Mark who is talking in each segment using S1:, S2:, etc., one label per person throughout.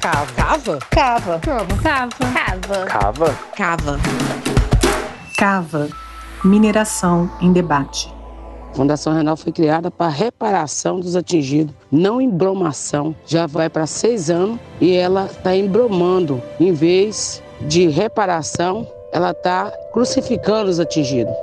S1: Cava. Cava?
S2: Cava.
S3: Cava.
S2: Cava.
S3: Cava.
S4: Cava?
S1: Cava.
S5: Cava. Mineração em debate.
S6: A Fundação Renal foi criada para reparação dos atingidos, não embromação. Já vai para seis anos e ela está embromando. Em vez de reparação, ela está crucificando os atingidos.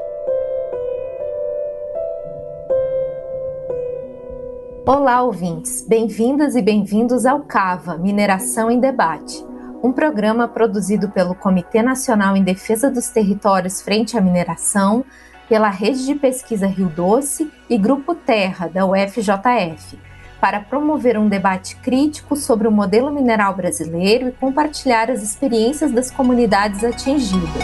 S2: Olá, ouvintes. Bem-vindas e bem-vindos ao CAVA Mineração em Debate, um programa produzido pelo Comitê Nacional em Defesa dos Territórios Frente à Mineração, pela Rede de Pesquisa Rio Doce e Grupo Terra, da UFJF, para promover um debate crítico sobre o modelo mineral brasileiro e compartilhar as experiências das comunidades atingidas.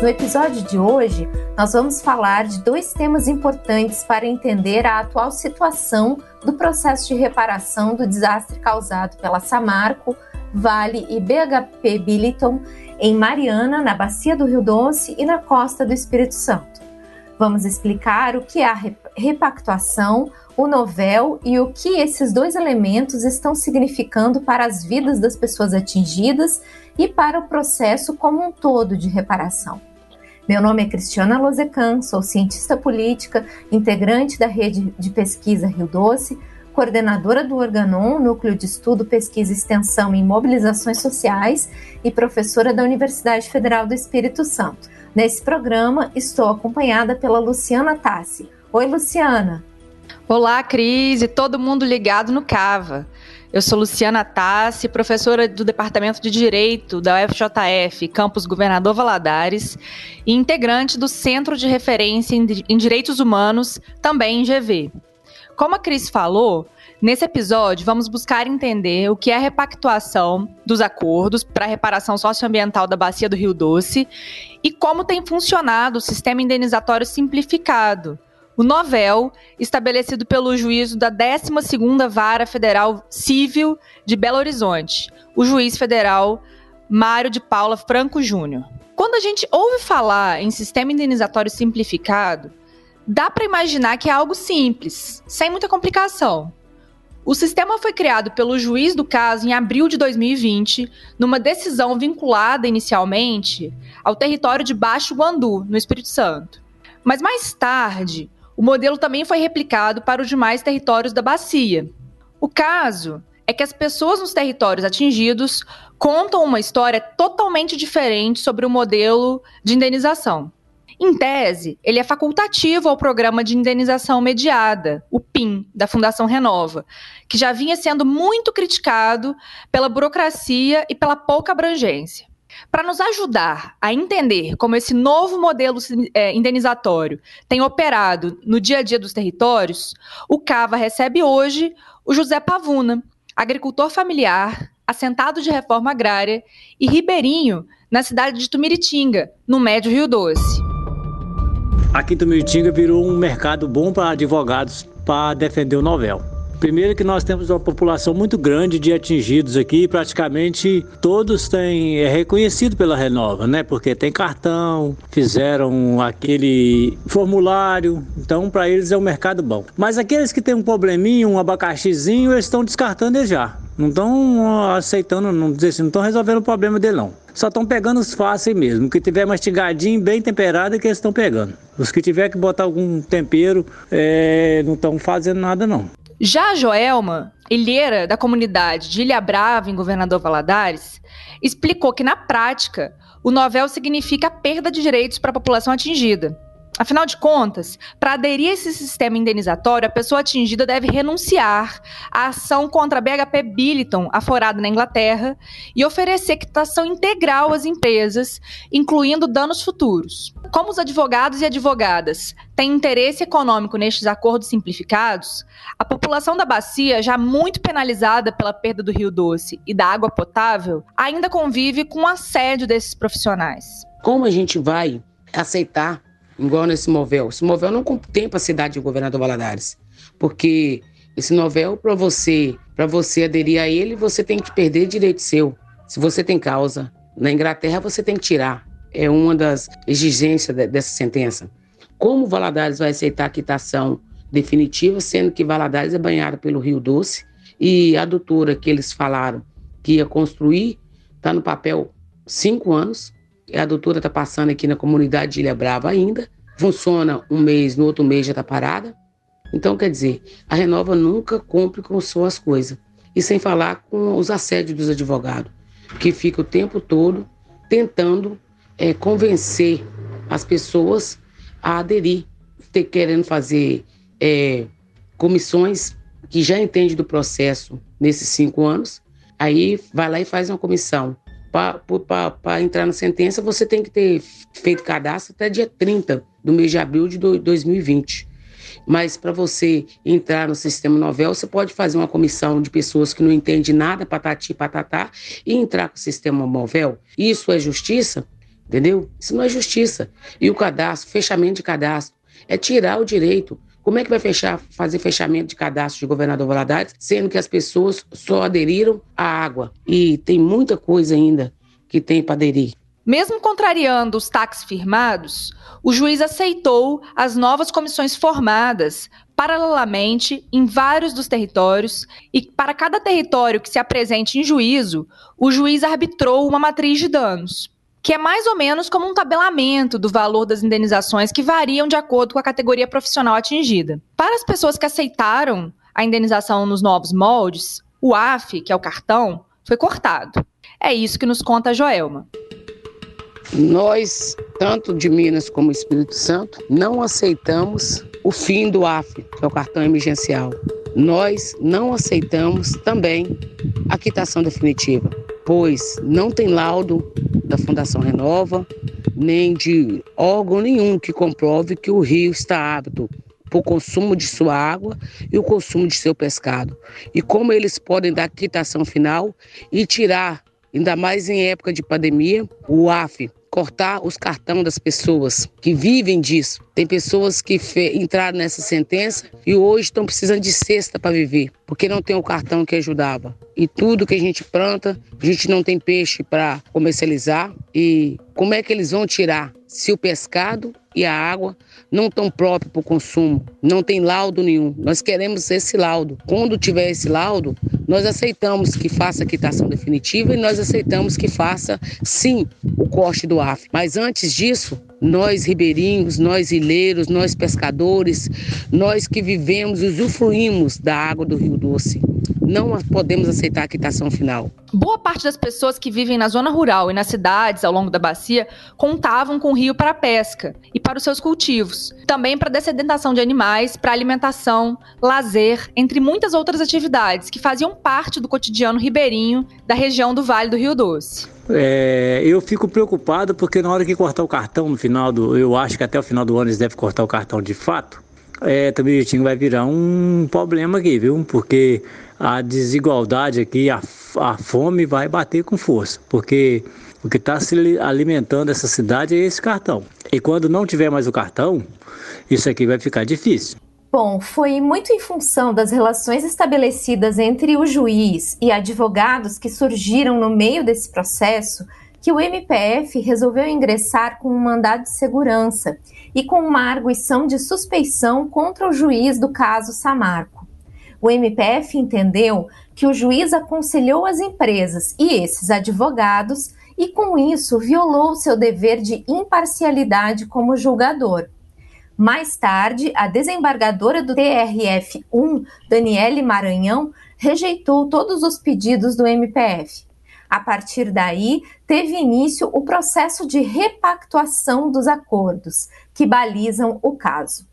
S2: No episódio de hoje, nós vamos falar de dois temas importantes para entender a atual situação do processo de reparação do desastre causado pela Samarco, Vale e BHP Billiton em Mariana, na bacia do Rio Doce e na costa do Espírito Santo. Vamos explicar o que é a re- repactuação, o novel e o que esses dois elementos estão significando para as vidas das pessoas atingidas e para o processo como um todo de reparação. Meu nome é Cristiana Lozecan, sou cientista política, integrante da rede de pesquisa Rio Doce, coordenadora do Organon, Núcleo de Estudo, Pesquisa, Extensão e Mobilizações Sociais e professora da Universidade Federal do Espírito Santo. Nesse programa, estou acompanhada pela Luciana Tassi. Oi, Luciana!
S7: Olá, Cris e todo mundo ligado no Cava. Eu sou Luciana Tassi, professora do Departamento de Direito da UFJF, campus Governador Valadares, e integrante do Centro de Referência em Direitos Humanos, também em GV. Como a Cris falou, nesse episódio vamos buscar entender o que é a repactuação dos acordos para a reparação socioambiental da bacia do Rio Doce e como tem funcionado o sistema indenizatório simplificado o novel, estabelecido pelo juízo da 12ª Vara Federal Civil de Belo Horizonte, o juiz federal Mário de Paula Franco Júnior. Quando a gente ouve falar em sistema indenizatório simplificado, dá para imaginar que é algo simples, sem muita complicação. O sistema foi criado pelo juiz do caso em abril de 2020, numa decisão vinculada inicialmente ao território de Baixo Guandu, no Espírito Santo. Mas mais tarde, o modelo também foi replicado para os demais territórios da bacia. O caso é que as pessoas nos territórios atingidos contam uma história totalmente diferente sobre o modelo de indenização. Em tese, ele é facultativo ao programa de indenização mediada, o PIM, da Fundação Renova, que já vinha sendo muito criticado pela burocracia e pela pouca abrangência. Para nos ajudar a entender como esse novo modelo é, indenizatório tem operado no dia a dia dos territórios, o Cava recebe hoje o José Pavuna, agricultor familiar, assentado de reforma agrária e ribeirinho na cidade de Tumiritinga, no Médio Rio Doce.
S8: Aqui em Tumiritinga virou um mercado bom para advogados para defender o novel. Primeiro que nós temos uma população muito grande de atingidos aqui, praticamente todos têm é reconhecido pela Renova, né? Porque tem cartão, fizeram aquele formulário, então para eles é um mercado bom. Mas aqueles que têm um probleminha, um abacaxizinho, eles estão descartando ele já. Não estão aceitando, não dizer assim, não estão resolvendo o problema dele não. Só estão pegando os fáceis mesmo, o que tiver mastigadinho, bem temperado é que eles estão pegando. Os que tiver que botar algum tempero, é, não estão fazendo nada não.
S7: Já a Joelma, ilheira da comunidade de Ilha Brava, em Governador Valadares, explicou que, na prática, o novel significa a perda de direitos para a população atingida. Afinal de contas, para aderir a esse sistema indenizatório, a pessoa atingida deve renunciar à ação contra a BHP Billiton, aforada na Inglaterra, e oferecer quitação integral às empresas, incluindo danos futuros. Como os advogados e advogadas têm interesse econômico nestes acordos simplificados, a população da bacia, já muito penalizada pela perda do Rio Doce e da água potável, ainda convive com o assédio desses profissionais.
S6: Como a gente vai aceitar igual nesse novel. Esse novel não contempla a cidade de Governador Valadares, porque esse novel para você, para você aderir a ele, você tem que perder direito seu. Se você tem causa na Inglaterra, você tem que tirar. É uma das exigências de, dessa sentença. Como Valadares vai aceitar a quitação definitiva, sendo que Valadares é banhado pelo Rio Doce e a doutora que eles falaram que ia construir está no papel cinco anos. A doutora está passando aqui na comunidade de Ilha Brava ainda. Funciona um mês, no outro mês já está parada. Então, quer dizer, a Renova nunca cumpre com suas coisas. E sem falar com os assédios dos advogados, que fica o tempo todo tentando é, convencer as pessoas a aderir, ter, querendo fazer é, comissões que já entende do processo nesses cinco anos, aí vai lá e faz uma comissão. Para entrar na sentença, você tem que ter feito cadastro até dia 30 do mês de abril de 2020. Mas para você entrar no sistema novel, você pode fazer uma comissão de pessoas que não entendem nada, patati patatá, e entrar com o sistema novel. Isso é justiça? Entendeu? Isso não é justiça. E o cadastro, fechamento de cadastro, é tirar o direito como é que vai fechar, fazer fechamento de cadastro de governador Valadares, sendo que as pessoas só aderiram à água? E tem muita coisa ainda que tem para aderir.
S7: Mesmo contrariando os taques firmados, o juiz aceitou as novas comissões formadas paralelamente em vários dos territórios e para cada território que se apresente em juízo, o juiz arbitrou uma matriz de danos que é mais ou menos como um tabelamento do valor das indenizações que variam de acordo com a categoria profissional atingida. Para as pessoas que aceitaram a indenização nos novos moldes, o AF, que é o cartão, foi cortado. É isso que nos conta a Joelma.
S6: Nós, tanto de Minas como Espírito Santo, não aceitamos o fim do AF, que é o cartão emergencial. Nós não aceitamos também a quitação definitiva, pois não tem laudo da Fundação Renova, nem de órgão nenhum que comprove que o rio está apto para o consumo de sua água e o consumo de seu pescado. E como eles podem dar quitação final e tirar, ainda mais em época de pandemia, o AF, cortar os cartões das pessoas que vivem disso. Tem pessoas que entraram nessa sentença e hoje estão precisando de cesta para viver, porque não tem o cartão que ajudava. E tudo que a gente planta, a gente não tem peixe para comercializar. E como é que eles vão tirar se o pescado e a água não estão próprios para o consumo? Não tem laudo nenhum. Nós queremos esse laudo. Quando tiver esse laudo, nós aceitamos que faça a quitação definitiva e nós aceitamos que faça, sim, o corte do AF. Mas antes disso, nós ribeirinhos, nós ilheiros, nós pescadores, nós que vivemos e usufruímos da água do Rio Doce, não podemos aceitar a quitação final.
S7: Boa parte das pessoas que vivem na zona rural e nas cidades ao longo da bacia contavam com o rio para a pesca e para os seus cultivos, também para a dessedentação de animais, para alimentação, lazer, entre muitas outras atividades que faziam parte do cotidiano ribeirinho da região do Vale do Rio Doce.
S8: É, eu fico preocupado porque na hora que cortar o cartão no final do, eu acho que até o final do ano eles devem cortar o cartão de fato. É, também o time vai virar um problema aqui, viu? Porque a desigualdade aqui, a, a fome vai bater com força, porque o que está se alimentando essa cidade é esse cartão. E quando não tiver mais o cartão, isso aqui vai ficar difícil.
S2: Bom, foi muito em função das relações estabelecidas entre o juiz e advogados que surgiram no meio desse processo que o MPF resolveu ingressar com um mandado de segurança e com uma arguição de suspeição contra o juiz do caso Samarco. O MPF entendeu que o juiz aconselhou as empresas e esses advogados e, com isso, violou seu dever de imparcialidade como julgador. Mais tarde, a desembargadora do TRF1, Daniele Maranhão, rejeitou todos os pedidos do MPF. A partir daí, teve início o processo de repactuação dos acordos, que balizam o caso.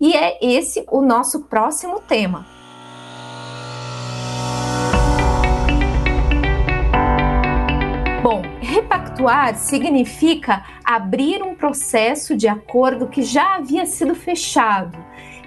S2: E é esse o nosso próximo tema. Bom, repactuar significa abrir um processo de acordo que já havia sido fechado.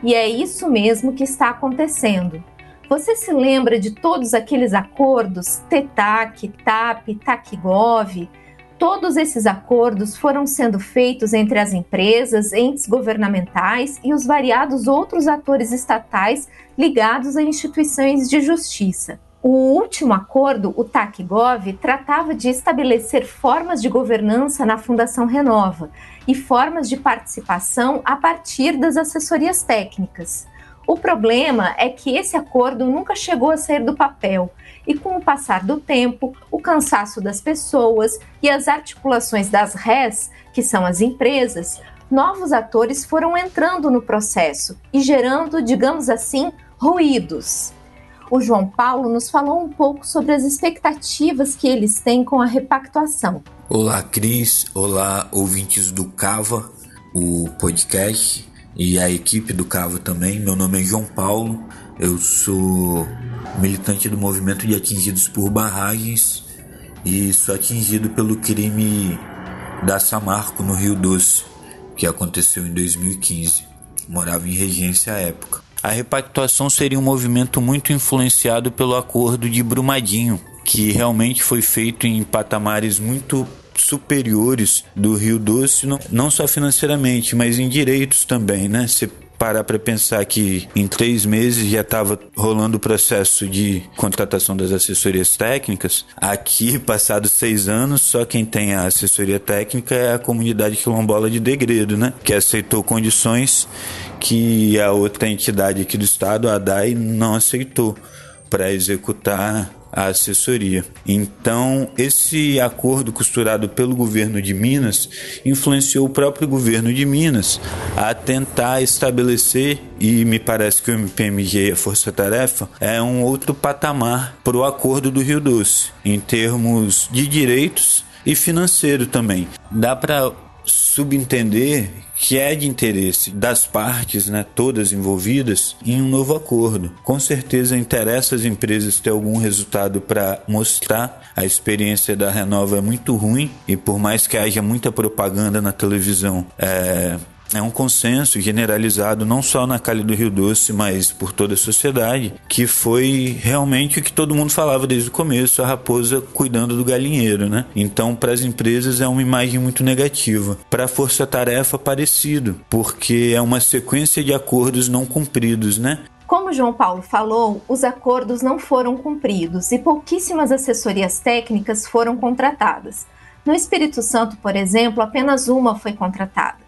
S2: E é isso mesmo que está acontecendo. Você se lembra de todos aqueles acordos, TETAC, TAP, TACGOV? Todos esses acordos foram sendo feitos entre as empresas, entes governamentais e os variados outros atores estatais ligados a instituições de justiça. O último acordo, o TACGOV, tratava de estabelecer formas de governança na Fundação Renova e formas de participação a partir das assessorias técnicas. O problema é que esse acordo nunca chegou a sair do papel, e com o passar do tempo, o cansaço das pessoas e as articulações das RES, que são as empresas, novos atores foram entrando no processo e gerando, digamos assim, ruídos o João Paulo nos falou um pouco sobre as expectativas que eles têm com a repactuação.
S1: Olá, Cris. Olá, ouvintes do Cava, o podcast, e a equipe do Cava também. Meu nome é João Paulo, eu sou militante do movimento de atingidos por barragens e sou atingido pelo crime da Samarco no Rio Doce, que aconteceu em 2015. Morava em Regência à época. A repactuação seria um movimento muito influenciado pelo Acordo de Brumadinho, que realmente foi feito em patamares muito superiores do Rio Doce, não só financeiramente, mas em direitos também, né? Você parar para pensar que em três meses já estava rolando o processo de contratação das assessorias técnicas. Aqui, passados seis anos, só quem tem a assessoria técnica é a comunidade quilombola de Degredo, né? Que aceitou condições que a outra entidade aqui do estado, a DAI, não aceitou para executar a assessoria. Então, esse acordo costurado pelo governo de Minas influenciou o próprio governo de Minas a tentar estabelecer, e me parece que o MPMG e a Força Tarefa é um outro patamar para o acordo do Rio Doce, em termos de direitos e financeiro também. Dá para subentender que é de interesse das partes, né, todas envolvidas, em um novo acordo. Com certeza interessa as empresas ter algum resultado para mostrar. A experiência da Renova é muito ruim e por mais que haja muita propaganda na televisão, é, é um consenso generalizado não só na Calha do Rio Doce, mas por toda a sociedade, que foi realmente o que todo mundo falava desde o começo, a raposa cuidando do galinheiro, né? Então, para as empresas é uma imagem muito negativa. Para a Força Tarefa, parecido, porque é uma sequência de acordos não cumpridos, né?
S2: Como João Paulo falou, os acordos não foram cumpridos e pouquíssimas assessorias técnicas foram contratadas. No Espírito Santo, por exemplo, apenas uma foi contratada.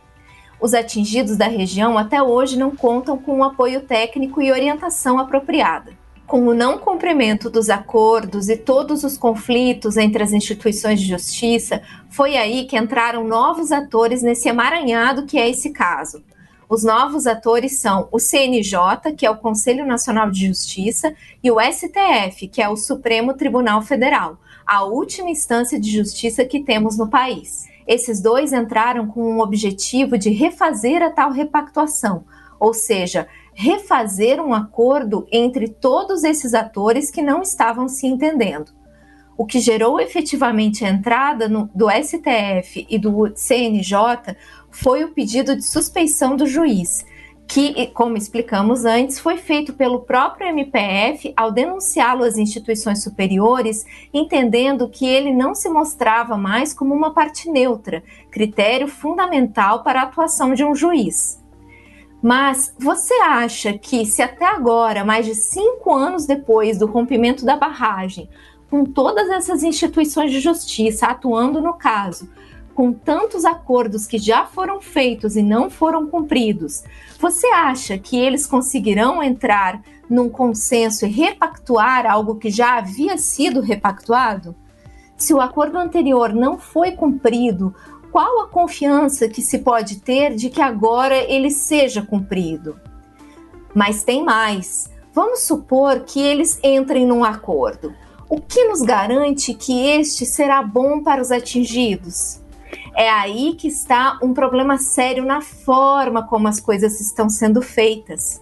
S2: Os atingidos da região até hoje não contam com um apoio técnico e orientação apropriada. Com o não cumprimento dos acordos e todos os conflitos entre as instituições de justiça, foi aí que entraram novos atores nesse emaranhado que é esse caso. Os novos atores são o CNJ, que é o Conselho Nacional de Justiça, e o STF, que é o Supremo Tribunal Federal, a última instância de justiça que temos no país. Esses dois entraram com o objetivo de refazer a tal repactuação, ou seja, refazer um acordo entre todos esses atores que não estavam se entendendo. O que gerou efetivamente a entrada no, do STF e do CNJ foi o pedido de suspeição do juiz, que, como explicamos antes, foi feito pelo próprio MPF ao denunciá-lo às instituições superiores, entendendo que ele não se mostrava mais como uma parte neutra, critério fundamental para a atuação de um juiz. Mas você acha que, se até agora, mais de cinco anos depois do rompimento da barragem, com todas essas instituições de justiça atuando no caso, com tantos acordos que já foram feitos e não foram cumpridos, você acha que eles conseguirão entrar num consenso e repactuar algo que já havia sido repactuado? Se o acordo anterior não foi cumprido, qual a confiança que se pode ter de que agora ele seja cumprido? Mas tem mais. Vamos supor que eles entrem num acordo. O que nos garante que este será bom para os atingidos? É aí que está um problema sério na forma como as coisas estão sendo feitas.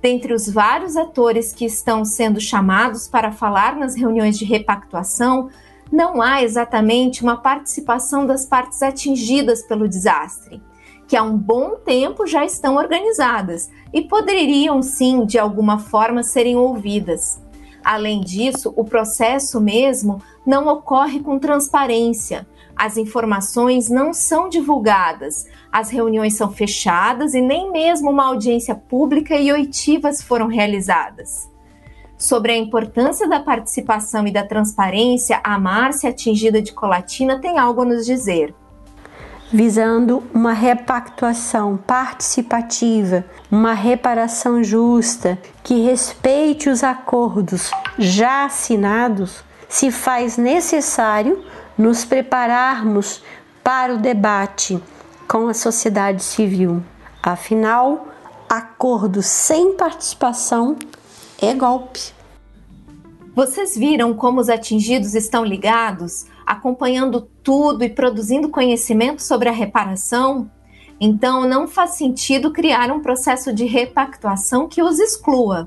S2: Dentre os vários atores que estão sendo chamados para falar nas reuniões de repactuação, não há exatamente uma participação das partes atingidas pelo desastre, que há um bom tempo já estão organizadas e poderiam sim, de alguma forma, serem ouvidas. Além disso, o processo mesmo não ocorre com transparência. As informações não são divulgadas, as reuniões são fechadas e nem mesmo uma audiência pública e oitivas foram realizadas. Sobre a importância da participação e da transparência, a Márcia, atingida de colatina, tem algo a nos dizer
S3: visando uma repactuação participativa, uma reparação justa que respeite os acordos já assinados, se faz necessário nos prepararmos para o debate com a sociedade civil. Afinal, acordo sem participação é golpe.
S2: Vocês viram como os atingidos estão ligados? acompanhando tudo e produzindo conhecimento sobre a reparação, então não faz sentido criar um processo de repactuação que os exclua.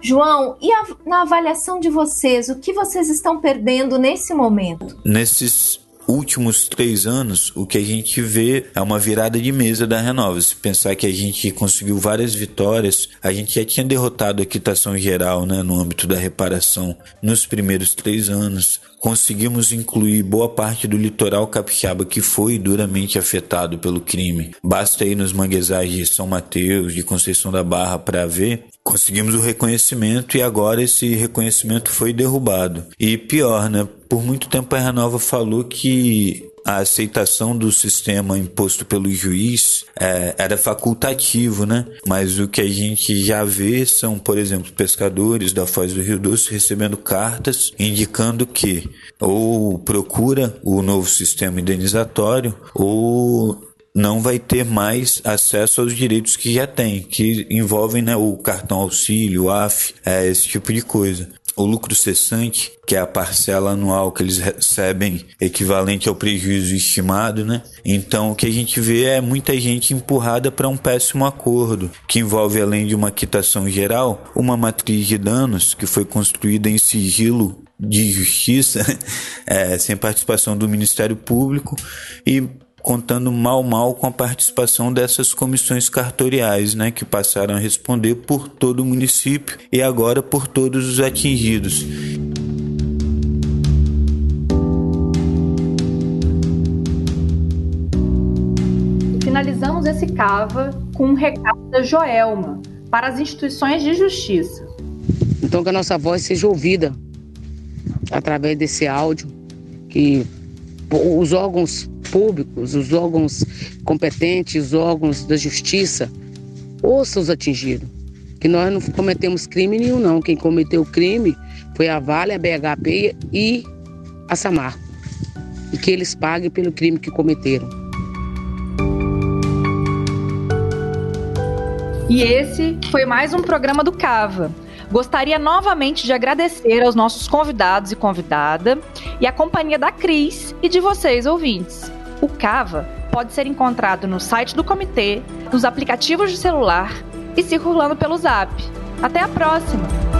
S2: João, e a, na avaliação de vocês, o que vocês estão perdendo nesse momento?
S1: Nesses últimos três anos, o que a gente vê é uma virada de mesa da Renova. Se pensar que a gente conseguiu várias vitórias, a gente já tinha derrotado a quitação geral né, no âmbito da reparação nos primeiros três anos. Conseguimos incluir boa parte do litoral capixaba que foi duramente afetado pelo crime. Basta ir nos manguezais de São Mateus, de Conceição da Barra, para ver conseguimos o reconhecimento e agora esse reconhecimento foi derrubado. E pior, né? Por muito tempo a Renova falou que a aceitação do sistema imposto pelo juiz é, era facultativo, né? Mas o que a gente já vê são, por exemplo, pescadores da Foz do Rio Doce recebendo cartas indicando que ou procura o novo sistema indenizatório ou não vai ter mais acesso aos direitos que já tem, que envolvem né, o cartão auxílio, o AF, é, esse tipo de coisa. O lucro cessante, que é a parcela anual que eles recebem equivalente ao prejuízo estimado, né? Então, o que a gente vê é muita gente empurrada para um péssimo acordo, que envolve, além de uma quitação geral, uma matriz de danos que foi construída em sigilo de justiça, é, sem participação do Ministério Público e contando mal mal com a participação dessas comissões cartoriais, né, que passaram a responder por todo o município e agora por todos os atingidos.
S7: Finalizamos esse cava com um recado da Joelma para as instituições de justiça.
S6: Então que a nossa voz seja ouvida através desse áudio que os órgãos públicos, os órgãos competentes, os órgãos da justiça, ouçam os atingidos. Que nós não cometemos crime nenhum, não. Quem cometeu crime foi a Vale, a BHP e a Samar. E que eles paguem pelo crime que cometeram.
S7: E esse foi mais um programa do Cava. Gostaria novamente de agradecer aos nossos convidados e convidada e a companhia da Cris e de vocês, ouvintes. O Cava pode ser encontrado no site do comitê, nos aplicativos de celular e circulando pelo Zap. Até a próxima!